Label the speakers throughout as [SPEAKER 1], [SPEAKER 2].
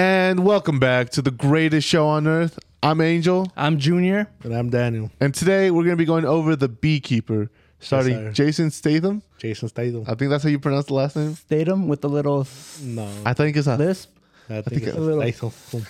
[SPEAKER 1] And welcome back to the greatest show on earth. I'm Angel,
[SPEAKER 2] I'm Junior.
[SPEAKER 3] And I'm Daniel,
[SPEAKER 1] and today we're going to be going over The Beekeeper, starting
[SPEAKER 3] sir.
[SPEAKER 1] Jason Statham.
[SPEAKER 3] Jason Statham.
[SPEAKER 1] I think that's how you pronounce the last name.
[SPEAKER 2] Statum with the little s-
[SPEAKER 3] no,
[SPEAKER 1] I think it's a.
[SPEAKER 2] lisp.
[SPEAKER 3] I
[SPEAKER 1] think
[SPEAKER 3] think it's
[SPEAKER 2] a little-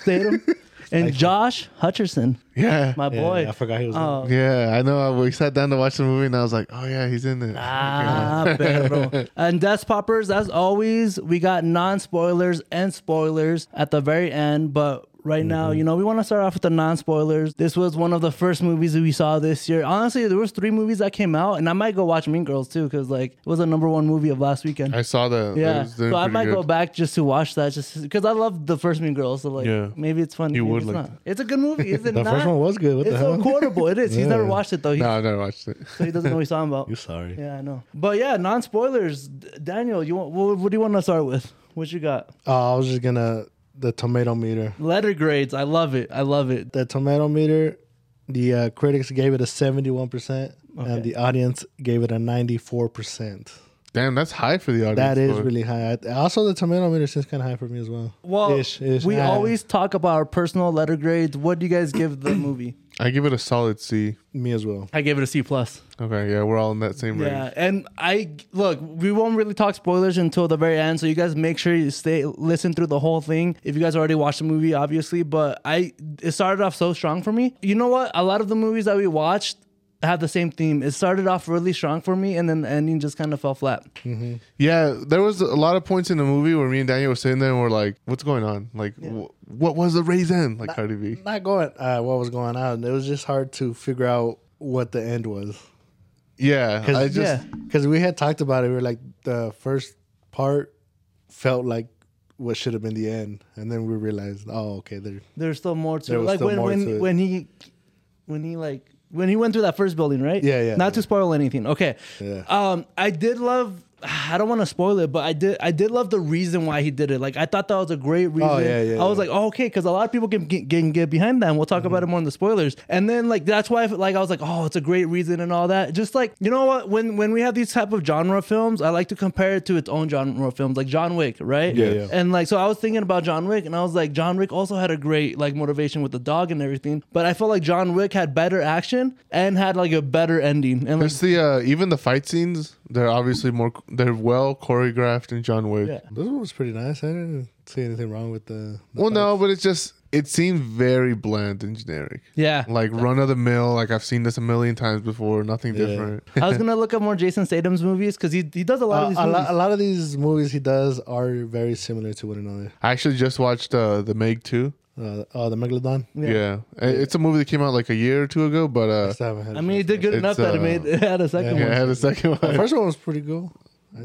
[SPEAKER 3] Statham.
[SPEAKER 2] Statum. And Josh Hutcherson,
[SPEAKER 1] Yeah.
[SPEAKER 2] my
[SPEAKER 3] Yeah,
[SPEAKER 2] boy.
[SPEAKER 3] I forgot he was. in
[SPEAKER 2] Oh.
[SPEAKER 1] Yeah, I know. We sat down to watch the movie and I was like, oh, yeah, he's in it.
[SPEAKER 2] Ah, perro. And Death Poppers, as always, we got non spoilers and spoilers at the very end. But right
[SPEAKER 3] Mm-hmm.
[SPEAKER 2] now, you know, we want to start off with the non spoilers. This was one of the first movies that we saw this year. Honestly, there was three movies that came out, and I might go watch Mean Girls too, because like it was the number one movie of last weekend.
[SPEAKER 1] I saw that. It
[SPEAKER 2] yeah,
[SPEAKER 1] was doing
[SPEAKER 2] so I
[SPEAKER 1] pretty
[SPEAKER 2] might
[SPEAKER 1] good.
[SPEAKER 2] go back just to watch that, just because I love the first Mean Girls. So like,
[SPEAKER 1] Yeah.
[SPEAKER 2] maybe it's fun.
[SPEAKER 1] You
[SPEAKER 2] maybe
[SPEAKER 1] would
[SPEAKER 2] it's
[SPEAKER 1] like
[SPEAKER 2] not. It's a good movie, is it
[SPEAKER 3] The
[SPEAKER 2] not?
[SPEAKER 3] first one was good. What
[SPEAKER 2] it's
[SPEAKER 3] the hell?
[SPEAKER 2] so quotable. It is. He's never
[SPEAKER 3] Yeah.
[SPEAKER 2] watched it though. He,
[SPEAKER 1] No, I never watched it.
[SPEAKER 2] so he doesn't know what he's talking about.
[SPEAKER 3] You sorry?
[SPEAKER 2] Yeah, I know. But yeah, non spoilers. Daniel, you want what, what do you want to start with? What you got?
[SPEAKER 3] Oh, I was just gonna the tomato meter.
[SPEAKER 2] Letter grades. I love it. I love it.
[SPEAKER 3] The tomato meter. The uh, critics gave it a seventy-one percent,
[SPEAKER 2] Okay.
[SPEAKER 3] and the audience gave it a ninety-four percent.
[SPEAKER 1] Damn, that's high for the audience.
[SPEAKER 3] That is
[SPEAKER 1] score.
[SPEAKER 3] really high. I- Also, the tomato meter is kind of high for me as well.
[SPEAKER 2] Well,
[SPEAKER 3] Ish, ish.
[SPEAKER 2] we
[SPEAKER 3] Yeah.
[SPEAKER 2] always talk about our personal letter grades. What do you guys give the movie?
[SPEAKER 1] I give it a solid C.
[SPEAKER 3] me as well.
[SPEAKER 2] I gave it a C plus.
[SPEAKER 1] Okay, yeah, we're all in that same range.
[SPEAKER 2] Yeah, and I look. We won't really talk spoilers until the very end, so you guys make sure you stay listen through the whole thing. If you guys already watched the movie, obviously, but I it started off so strong for me. You know what? A lot of the movies that we watched have the same theme. It started off really strong for me, and then the ending just kind of fell flat.
[SPEAKER 1] Yeah, there was a lot of points in the movie where me and Daniel were sitting there and we're like, "What's going on? Like, wh- what was the raisin?" Like Cardi B.
[SPEAKER 3] Not going. Uh, what was going on? It was just hard to figure out what the end was.
[SPEAKER 1] Yeah, I
[SPEAKER 3] Cause,
[SPEAKER 1] just
[SPEAKER 2] Yeah.
[SPEAKER 3] because we had talked about it. We were like, the first part felt like what should have been the end, and then we realized, oh, okay, there.
[SPEAKER 2] There's still more to
[SPEAKER 3] There
[SPEAKER 2] it.
[SPEAKER 3] was
[SPEAKER 2] Like
[SPEAKER 3] still
[SPEAKER 2] when
[SPEAKER 3] more
[SPEAKER 2] when
[SPEAKER 3] to it.
[SPEAKER 2] when he when he like when he went through that first building, right?
[SPEAKER 3] Yeah, yeah,
[SPEAKER 2] Not
[SPEAKER 3] yeah.
[SPEAKER 2] to spoil anything. Okay.
[SPEAKER 3] Yeah.
[SPEAKER 2] Um, I did love. I don't want to spoil it, but I did. I did love the reason why he did it. Like I thought that was a great reason. I
[SPEAKER 3] yeah, yeah,
[SPEAKER 2] was
[SPEAKER 3] yeah. Mm-hmm.
[SPEAKER 2] like, oh, okay, because a lot of people can get, can get behind that. And we'll talk about it more in the spoilers. And then like that's why like I was like, oh, it's a great reason and all that. Just like you know what, when when we have these type of genre films, I like to compare it to its own genre films, like John Wick, right?
[SPEAKER 3] Yeah, yeah.
[SPEAKER 2] And like, so I was thinking about John Wick, and I was like, John Wick also had a great like motivation with the dog and everything, but I felt like John Wick had better action and had like a better ending. And like,
[SPEAKER 1] There's the uh, even the fight scenes. They're obviously more. They're well choreographed in John Wick.
[SPEAKER 2] Yeah.
[SPEAKER 3] This one was pretty nice. I didn't see anything wrong with the. the
[SPEAKER 1] Well, no, but it's just it seemed very bland and generic.
[SPEAKER 2] yeah.
[SPEAKER 1] Like run of the mill. Like I've seen this a million times before. Nothing
[SPEAKER 3] Yeah.
[SPEAKER 1] different.
[SPEAKER 2] I was gonna look up more Jason Statham's movies because he, he does a lot of
[SPEAKER 3] fight.
[SPEAKER 2] these
[SPEAKER 3] Uh, a,
[SPEAKER 2] movies.
[SPEAKER 3] lot, a lot of these movies he does are very similar to one another.
[SPEAKER 1] I actually just watched uh, the Meg Two.
[SPEAKER 3] Uh, oh, the Megalodon.
[SPEAKER 1] Yeah. I- it's a movie that came out like a year or two ago, but uh,
[SPEAKER 3] Still haven't had
[SPEAKER 2] I
[SPEAKER 3] a
[SPEAKER 2] mean, he
[SPEAKER 3] chance.
[SPEAKER 2] did good
[SPEAKER 1] It's,
[SPEAKER 2] enough that it
[SPEAKER 1] uh,
[SPEAKER 2] made it had a second
[SPEAKER 1] yeah, I
[SPEAKER 2] one.
[SPEAKER 1] had a second
[SPEAKER 3] the
[SPEAKER 1] one.
[SPEAKER 3] first one was pretty cool.
[SPEAKER 1] I,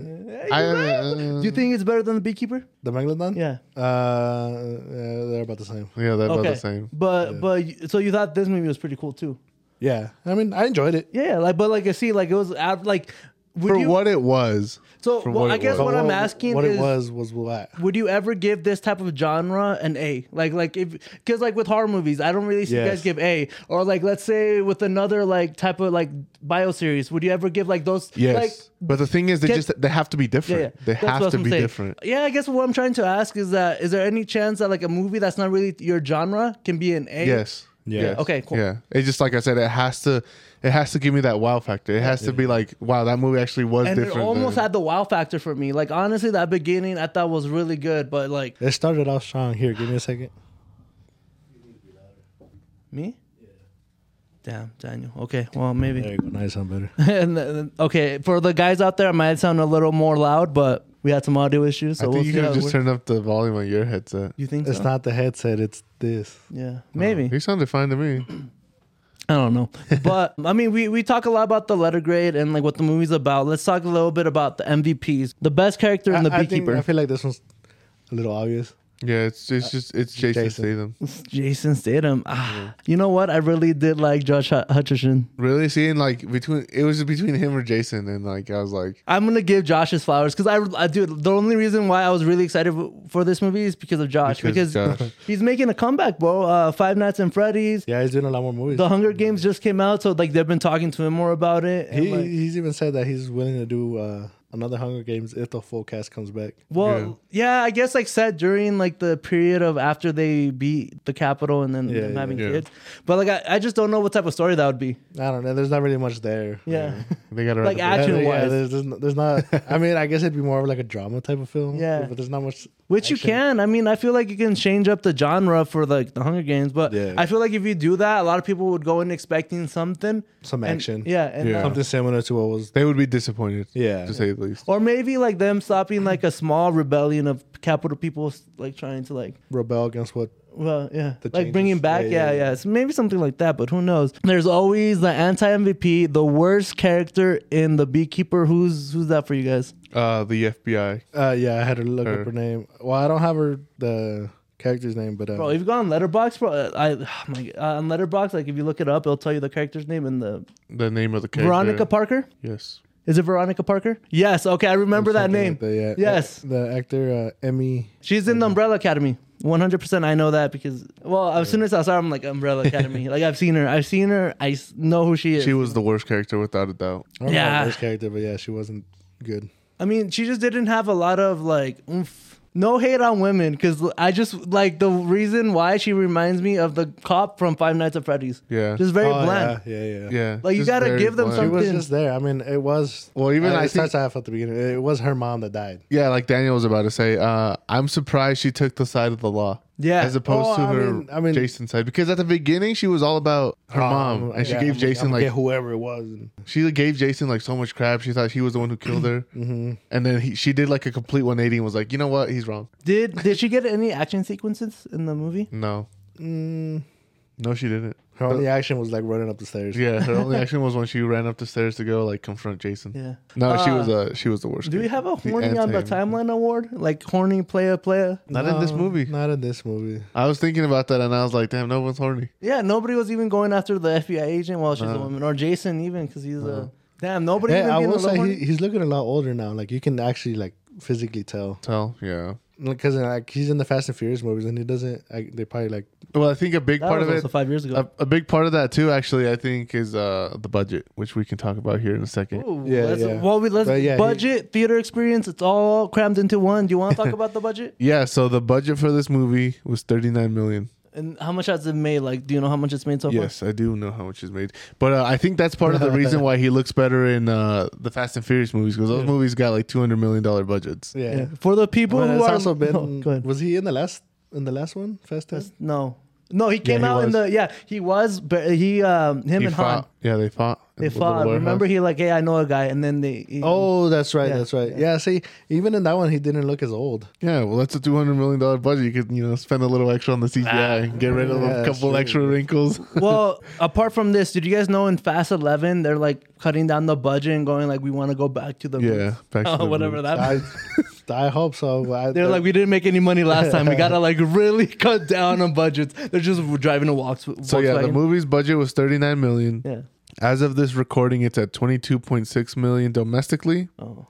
[SPEAKER 1] uh,
[SPEAKER 2] Do you think it's better than the Beekeeper?
[SPEAKER 3] The Megalodon.
[SPEAKER 2] Yeah.
[SPEAKER 3] Uh, yeah, they're about the same.
[SPEAKER 1] yeah, they're about
[SPEAKER 2] Okay.
[SPEAKER 1] the same.
[SPEAKER 2] But but you- so you thought this movie was pretty cool too?
[SPEAKER 3] Yeah. I mean, I enjoyed it.
[SPEAKER 2] Yeah. Like but like I see like it was out- like would
[SPEAKER 1] For
[SPEAKER 2] you
[SPEAKER 1] what it was,
[SPEAKER 2] so
[SPEAKER 1] for
[SPEAKER 2] well,
[SPEAKER 1] what
[SPEAKER 2] I
[SPEAKER 1] it
[SPEAKER 2] guess
[SPEAKER 1] was.
[SPEAKER 2] what
[SPEAKER 3] But
[SPEAKER 2] I'm asking
[SPEAKER 3] what
[SPEAKER 2] is
[SPEAKER 3] it was was what.
[SPEAKER 2] would you ever give this type of genre an A? Like like if because like with horror movies, I don't really see you guys
[SPEAKER 3] Yes.
[SPEAKER 2] give A. Or like let's say with another like type of like bio series, would you ever give like those?
[SPEAKER 1] yes.
[SPEAKER 2] Like,
[SPEAKER 1] but the thing is, they
[SPEAKER 2] get-
[SPEAKER 1] just they have to be
[SPEAKER 2] yeah,
[SPEAKER 1] different.
[SPEAKER 2] yeah.
[SPEAKER 1] They
[SPEAKER 2] That's
[SPEAKER 1] have
[SPEAKER 2] what
[SPEAKER 1] to
[SPEAKER 2] I'm
[SPEAKER 1] be
[SPEAKER 2] saying.
[SPEAKER 1] different.
[SPEAKER 2] Yeah, I guess what I'm trying to ask is that is there any chance that like a movie that's not really your genre can be an A?
[SPEAKER 1] Yes.
[SPEAKER 3] Yeah.
[SPEAKER 1] Yes.
[SPEAKER 2] Okay, cool.
[SPEAKER 1] Yeah. It's just like I said, it has to it has to give me that wow factor. It has to be like, wow, that movie actually was
[SPEAKER 2] And it
[SPEAKER 1] different.
[SPEAKER 2] almost
[SPEAKER 1] than-
[SPEAKER 2] had the wow factor for me. Like honestly, that beginning I thought was really good, but like
[SPEAKER 3] It started off strong. Here, give me a second.
[SPEAKER 2] me. Damn, Daniel. Okay, well maybe.
[SPEAKER 3] There you go. Now you sound better.
[SPEAKER 2] and then, okay, for the guys out there, I might sound a little more loud, but we had some audio issues, so
[SPEAKER 1] I
[SPEAKER 2] we'll
[SPEAKER 1] think
[SPEAKER 2] see
[SPEAKER 1] you could
[SPEAKER 2] how
[SPEAKER 1] have
[SPEAKER 2] it
[SPEAKER 1] just
[SPEAKER 2] works.
[SPEAKER 1] turned up the volume on your headset.
[SPEAKER 2] You think
[SPEAKER 3] It's
[SPEAKER 2] so?
[SPEAKER 3] not the headset. It's this.
[SPEAKER 2] Yeah, maybe.
[SPEAKER 1] You sounded fine to me.
[SPEAKER 2] I don't know, but I mean, we we talk a lot about the letter grade and like what the movie's about. Let's talk a little bit about the MVPs, the best character in the
[SPEAKER 3] I, I think-
[SPEAKER 2] Beekeeper,
[SPEAKER 3] I feel like this one's a little obvious.
[SPEAKER 1] Yeah, it's it's just it's Jason,
[SPEAKER 3] Jason.
[SPEAKER 1] Statham.
[SPEAKER 2] Jason Statham. Ah, you know what? I really did like Josh Hut- Hutcherson.
[SPEAKER 1] Really seeing like between it was between him or Jason, and like I was like,
[SPEAKER 2] I'm gonna give Josh his flowers because I, I, dude, the only reason why I was really excited w- for this movie is because of Josh because,
[SPEAKER 1] Because Josh.
[SPEAKER 2] he's making a comeback, bro. Uh, Five Nights and Freddy's,
[SPEAKER 3] Yeah, he's doing a lot more movies.
[SPEAKER 2] The Hunger Games just came out, so like they've been talking to him more about it. and,
[SPEAKER 3] he,
[SPEAKER 2] like-
[SPEAKER 3] he's even said that he's willing to do uh, a another Hunger Games if the full cast comes back.
[SPEAKER 2] Well, yeah. I guess like set during like the period of after they beat the Capitol and then
[SPEAKER 3] Yeah,
[SPEAKER 2] them
[SPEAKER 3] yeah,
[SPEAKER 2] having
[SPEAKER 1] yeah.
[SPEAKER 2] kids. But like, I, I just don't know what type of story that would be.
[SPEAKER 3] I don't know. There's not really much there.
[SPEAKER 2] Yeah.
[SPEAKER 1] They got to
[SPEAKER 2] Like, I-
[SPEAKER 3] Yeah,
[SPEAKER 2] Action-wise.
[SPEAKER 3] there's, there's, n- there's not. I mean, I guess it'd be more of like a drama type of film.
[SPEAKER 2] Yeah.
[SPEAKER 3] but there's not much.
[SPEAKER 2] Which you
[SPEAKER 3] action.
[SPEAKER 2] can. I mean, I feel like you can change up the genre for like the Hunger Games, but
[SPEAKER 3] Yeah.
[SPEAKER 2] I feel like if you do that, a lot of people would go in expecting something.
[SPEAKER 3] Some
[SPEAKER 2] and-
[SPEAKER 3] action.
[SPEAKER 2] yeah, and
[SPEAKER 1] Yeah.
[SPEAKER 2] uh,
[SPEAKER 3] something similar to what was.
[SPEAKER 1] they would be disappointed.
[SPEAKER 3] Yeah.
[SPEAKER 1] to say the least.
[SPEAKER 2] or maybe like them stopping like a small rebellion of capital people like trying to like
[SPEAKER 3] Rebel against what?
[SPEAKER 2] well yeah
[SPEAKER 3] The
[SPEAKER 2] like bringing
[SPEAKER 3] changes.
[SPEAKER 2] back yeah
[SPEAKER 3] Yeah,
[SPEAKER 2] yeah,
[SPEAKER 3] yeah, yeah.
[SPEAKER 2] It's maybe something like that but who knows there's always the anti mvp the worst character in the beekeeper who's who's that for you guys
[SPEAKER 1] Uh, the FBI.
[SPEAKER 3] Uh, yeah, I had to look
[SPEAKER 1] Her.
[SPEAKER 3] up her name. Well, I don't have her the character's name, but uh,
[SPEAKER 2] bro if you go on letterbox bro uh, i oh my God, uh, on letterbox like if you look it up it'll tell you the character's name and the
[SPEAKER 1] The name of the character.
[SPEAKER 2] veronica parker
[SPEAKER 1] Yes.
[SPEAKER 2] is it veronica parker yes okay i remember that
[SPEAKER 3] something
[SPEAKER 2] name
[SPEAKER 3] like that, yeah.
[SPEAKER 2] yes
[SPEAKER 3] Uh, the actor uh, Emmy.
[SPEAKER 2] She's in the Umbrella Academy. 100% I know that because, well, as soon as I saw her, I'm like, Umbrella Academy. like, I've seen her. I've seen her. I s- know who she is.
[SPEAKER 1] She was the worst character without a doubt.
[SPEAKER 3] I don't
[SPEAKER 2] Yeah.
[SPEAKER 3] know her first character, but yeah, she wasn't good.
[SPEAKER 2] I mean, she just didn't have a lot of, like, oomph. No hate on women because I just, like, the reason why she reminds me of the cop from Five Nights at Freddy's.
[SPEAKER 1] Yeah.
[SPEAKER 2] Just very
[SPEAKER 3] Oh,
[SPEAKER 2] bland.
[SPEAKER 3] Yeah, yeah, yeah.
[SPEAKER 1] yeah.
[SPEAKER 2] Like, you
[SPEAKER 1] just
[SPEAKER 2] gotta
[SPEAKER 1] very
[SPEAKER 2] give them
[SPEAKER 1] bland.
[SPEAKER 3] She
[SPEAKER 2] some-
[SPEAKER 3] was
[SPEAKER 2] Something.
[SPEAKER 3] just there. I mean, it was.
[SPEAKER 1] Well, even I
[SPEAKER 3] uh, it
[SPEAKER 1] think-
[SPEAKER 3] starts off at the beginning. It was her mom that died.
[SPEAKER 1] Yeah, like Daniel was about to say, uh, I'm surprised she took the side of the law.
[SPEAKER 2] Yeah.
[SPEAKER 1] As opposed
[SPEAKER 3] Oh,
[SPEAKER 1] to
[SPEAKER 3] I
[SPEAKER 1] her
[SPEAKER 3] mean- I mean- Oh,
[SPEAKER 1] Jason side. Because at the beginning she was all about her mom. And she
[SPEAKER 3] Um, Yeah,
[SPEAKER 1] gave
[SPEAKER 3] I'm-
[SPEAKER 1] Jason
[SPEAKER 3] I'm
[SPEAKER 1] like
[SPEAKER 3] get whoever it was.
[SPEAKER 1] she gave Jason like so much crap. She thought he was the one who killed her. mm-hmm. And then he, she did like a complete 180 and was like, you know what? He's wrong.
[SPEAKER 2] Did did she get any action sequences in the movie?
[SPEAKER 1] No.
[SPEAKER 3] Mm,
[SPEAKER 1] No, she didn't.
[SPEAKER 3] her only action was like running up the stairs.
[SPEAKER 1] Yeah, her only action was when she ran up the stairs to go like confront Jason.
[SPEAKER 2] Yeah.
[SPEAKER 1] No, she
[SPEAKER 2] Uh,
[SPEAKER 1] was uh she was the worst.
[SPEAKER 2] Do we have a
[SPEAKER 1] The
[SPEAKER 2] horny on the
[SPEAKER 1] anti-
[SPEAKER 2] timeline award? Like, horny playa playa?
[SPEAKER 1] Not in this
[SPEAKER 3] No,
[SPEAKER 1] movie.
[SPEAKER 3] Not in this movie.
[SPEAKER 1] I was thinking about that and I was like, damn, no one's horny.
[SPEAKER 2] Yeah, nobody was even going after the FBI agent while she's a woman, or Jason even because he's a damn. Nobody.
[SPEAKER 3] Uh. Hey,
[SPEAKER 2] even
[SPEAKER 3] I
[SPEAKER 2] being
[SPEAKER 3] will
[SPEAKER 2] a
[SPEAKER 3] say
[SPEAKER 2] lover?
[SPEAKER 3] he, he's looking a lot older now. Like you can actually like physically tell
[SPEAKER 1] Tell, yeah.
[SPEAKER 3] because like he's in the Fast and Furious movies and he doesn't. I, they probably like
[SPEAKER 1] Well, I think a big
[SPEAKER 2] that
[SPEAKER 1] part
[SPEAKER 2] was
[SPEAKER 1] of it
[SPEAKER 2] also five years
[SPEAKER 3] Uh,
[SPEAKER 2] ago.
[SPEAKER 1] a, a big part of that too actually i think is uh the budget which we can talk about here in a second
[SPEAKER 2] Ooh,
[SPEAKER 3] yeah,
[SPEAKER 2] let's-
[SPEAKER 3] yeah.
[SPEAKER 2] Well, we let's
[SPEAKER 3] But yeah, he-
[SPEAKER 2] budget theater experience. It's all crammed into one. Do you want to talk about the budget
[SPEAKER 1] yeah so the budget for this movie was 39 million
[SPEAKER 2] and how much has it made? Like, do you know how much it's made so far?
[SPEAKER 1] yes i do know how much is made but uh, i think that's part of the reason why he looks better in uh the fast and furious movies because those movies got like 200 million dollar budgets
[SPEAKER 3] yeah.
[SPEAKER 2] Yeah. For the people
[SPEAKER 3] But
[SPEAKER 2] who
[SPEAKER 3] it's
[SPEAKER 2] are
[SPEAKER 3] also been.
[SPEAKER 2] no, go ahead.
[SPEAKER 3] was he in the last in the last one Fast and?
[SPEAKER 2] no, no, he came
[SPEAKER 1] he
[SPEAKER 2] out in
[SPEAKER 1] was.
[SPEAKER 2] the yeah he was but he um him
[SPEAKER 1] He
[SPEAKER 2] and Han
[SPEAKER 1] fought- yeah they fought in
[SPEAKER 2] they
[SPEAKER 1] the
[SPEAKER 2] fought.
[SPEAKER 1] warehouse.
[SPEAKER 2] Remember he like hey I know a guy and then they he-
[SPEAKER 3] Oh, that's right.
[SPEAKER 2] Yeah,
[SPEAKER 3] that's right.
[SPEAKER 2] yeah.
[SPEAKER 3] Yeah. See, even in that one, he didn't look as old.
[SPEAKER 1] yeah well that's a 200 million dollar budget you could you know spend a little extra on the cgi
[SPEAKER 2] Ah,
[SPEAKER 1] and get rid of
[SPEAKER 3] Yeah,
[SPEAKER 1] a
[SPEAKER 3] that's
[SPEAKER 1] couple
[SPEAKER 3] true.
[SPEAKER 1] extra wrinkles
[SPEAKER 2] well, apart from this, did you guys know in Fast Eleven they're like cutting down the budget and going like we want to go back to the
[SPEAKER 1] yeah back to the
[SPEAKER 2] Oh, whatever
[SPEAKER 1] roots.
[SPEAKER 2] that.
[SPEAKER 3] I, I hope so. I,
[SPEAKER 2] they're like we didn't make any money last time. We gotta like really cut down on budgets. They're just driving a walks.
[SPEAKER 1] so yeah the movie's budget was 39 million
[SPEAKER 2] Yeah.
[SPEAKER 1] As of this recording, it's at 22.6 million domestically,
[SPEAKER 2] Oh.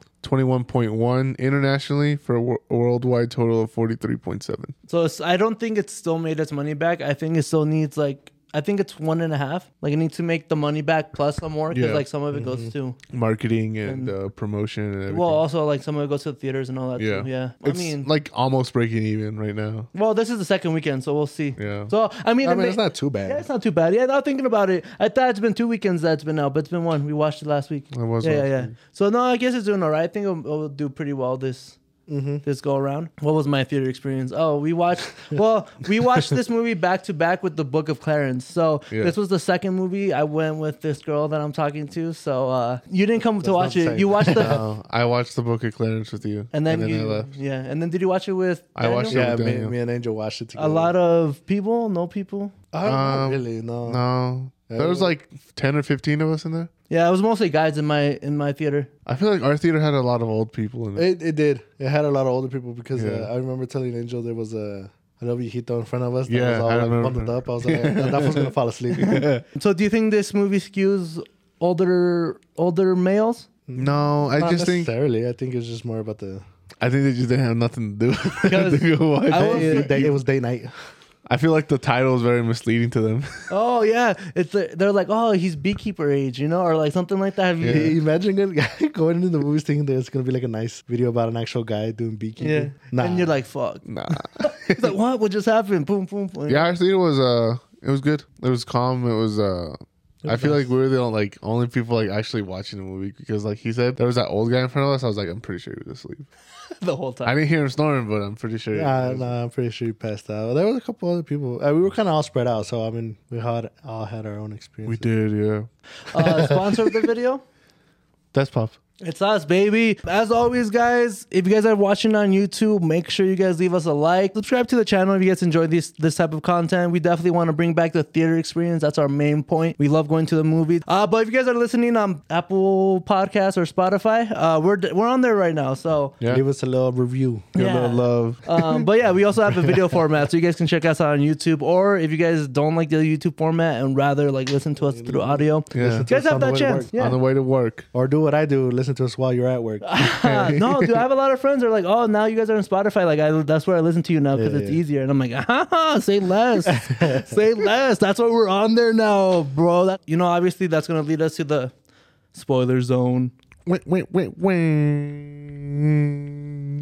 [SPEAKER 1] 21.1 internationally for a wor- worldwide total of 43.7.
[SPEAKER 2] So it's, I don't think it's still made its money back. I think it still needs like I think it's one and a half. Like it needs to make the money back plus some more because
[SPEAKER 1] Yeah.
[SPEAKER 2] like some of it goes to
[SPEAKER 1] Marketing and uh, promotion and everything.
[SPEAKER 2] well also like some of it goes to the theaters and all that.
[SPEAKER 1] yeah.
[SPEAKER 2] Too. Yeah.
[SPEAKER 1] It's
[SPEAKER 2] I mean.
[SPEAKER 1] like almost breaking even right now.
[SPEAKER 2] well, this is the second weekend, so we'll see.
[SPEAKER 1] Yeah.
[SPEAKER 2] So I mean,
[SPEAKER 3] I
[SPEAKER 2] it
[SPEAKER 3] mean,
[SPEAKER 2] may-
[SPEAKER 3] it's not too bad.
[SPEAKER 2] Yeah, it's not too bad. Yeah, now thinking about it, I thought it's been two weekends that's been out, but it's been one. We watched it last week.
[SPEAKER 1] It was
[SPEAKER 2] yeah, yeah,
[SPEAKER 1] last
[SPEAKER 2] yeah. So no, I guess it's doing all right. I think it'll, it'll do pretty well this
[SPEAKER 1] Mm-hmm.
[SPEAKER 2] this go around. What was my theater experience? Oh, we watched. well, we watched this movie back to back with the Book of Clarence. So
[SPEAKER 1] Yeah.
[SPEAKER 2] this was the second movie I went with this girl that I'm talking to. So uh, you didn't come to
[SPEAKER 3] not
[SPEAKER 2] watch
[SPEAKER 3] the
[SPEAKER 2] it.
[SPEAKER 3] same.
[SPEAKER 2] You watched the.
[SPEAKER 1] Oh, I watched the book of Clarence with you.
[SPEAKER 2] And then,
[SPEAKER 1] I
[SPEAKER 2] you,
[SPEAKER 1] left.
[SPEAKER 2] yeah, and then did you watch it with?
[SPEAKER 1] I watched it.
[SPEAKER 2] Daniel?
[SPEAKER 3] yeah, me,
[SPEAKER 1] Daniel.
[SPEAKER 3] me and Angel watched it together.
[SPEAKER 2] A lot of people, no people.
[SPEAKER 3] I don't know,
[SPEAKER 1] Um,
[SPEAKER 3] really no.
[SPEAKER 1] No. There
[SPEAKER 2] Oh.
[SPEAKER 1] was like 10 or 15 of us in there.
[SPEAKER 2] Yeah, it was mostly guys in my in my theater.
[SPEAKER 1] I feel like our theater had a lot of old people in it.
[SPEAKER 3] It, it did. It had a lot of older people because
[SPEAKER 1] Yeah.
[SPEAKER 3] uh, I remember telling Angel there was a little viejito in front of us. That
[SPEAKER 1] Yeah,
[SPEAKER 3] was all
[SPEAKER 1] I
[SPEAKER 3] like
[SPEAKER 1] remember.
[SPEAKER 3] bundled up. I was like, that was gonna fall asleep.
[SPEAKER 2] So do you think this movie skews older older males?
[SPEAKER 1] No, I
[SPEAKER 3] Not
[SPEAKER 1] just think
[SPEAKER 3] necessarily. I think it was just more about the.
[SPEAKER 1] I think they just didn't have nothing to do.
[SPEAKER 2] 'Cause
[SPEAKER 1] to go watch.
[SPEAKER 2] I
[SPEAKER 1] it.
[SPEAKER 2] was-
[SPEAKER 3] It, it- it was day night.
[SPEAKER 1] I feel like the title is very misleading to them.
[SPEAKER 2] Oh yeah, it's the, they're like, oh, he's beekeeper age, you know, or like something like that. Have you-
[SPEAKER 3] Hey, Imagine a guy going into the movies thinking there's gonna be like a nice video about an actual guy doing beekeeping.
[SPEAKER 2] Yeah.
[SPEAKER 3] Nah.
[SPEAKER 2] And you're like, fuck.
[SPEAKER 1] nah.
[SPEAKER 2] It's like, what? What just happened? Boom, boom, boom.
[SPEAKER 1] Yeah, actually, it was uh, it was good. It was calm. It was uh. I feel like we were the only, like only people like actually watching the movie because like he said there was that old guy in front of us. I was like, I'm pretty sure he was asleep.
[SPEAKER 2] the whole time.
[SPEAKER 1] I didn't hear him snoring, but I'm pretty sure.
[SPEAKER 3] Yeah, nah, I'm pretty sure he passed out. There was a couple other people. Uh, we were kind of all spread out, so I mean, we had all had our own experience.
[SPEAKER 1] we did. Yeah,
[SPEAKER 2] uh, sponsor of the video.
[SPEAKER 3] That's pop.
[SPEAKER 2] It's us, baby. As always, guys, if you guys are watching on YouTube, make sure you guys leave us a like. Subscribe to the channel if you guys enjoy this this type of content. We definitely want to bring back the theater experience. That's our main point. We love going to the movies. Uh, but if you guys are listening on Apple Podcasts or Spotify, uh, we're we're on there right now. So
[SPEAKER 1] yeah.
[SPEAKER 3] Leave us a little review.
[SPEAKER 1] Give it a
[SPEAKER 2] Yeah.
[SPEAKER 1] little love.
[SPEAKER 2] um, but yeah, we also have a video format, so you guys can check us out on YouTube. Or if you guys don't like the YouTube format and rather like listen to us through audio,
[SPEAKER 1] Yeah.
[SPEAKER 2] you guys
[SPEAKER 3] Just
[SPEAKER 2] have
[SPEAKER 3] on the
[SPEAKER 2] that
[SPEAKER 3] way to
[SPEAKER 2] chance.
[SPEAKER 3] work.
[SPEAKER 2] Yeah.
[SPEAKER 1] On the way to work.
[SPEAKER 3] Or do what I do. Listen to us while you're at work.
[SPEAKER 2] no, dude, I have a lot of friends that are like, oh, now you guys are on Spotify. Like, I, that's where I listen to you now because
[SPEAKER 3] Yeah,
[SPEAKER 2] it's
[SPEAKER 3] yeah.
[SPEAKER 2] easier. And I'm like, ah, say less, say less. That's why we're on there now, bro. That, you know, obviously, that's gonna lead us to the spoiler zone.
[SPEAKER 1] Wait, wait, wait, wait.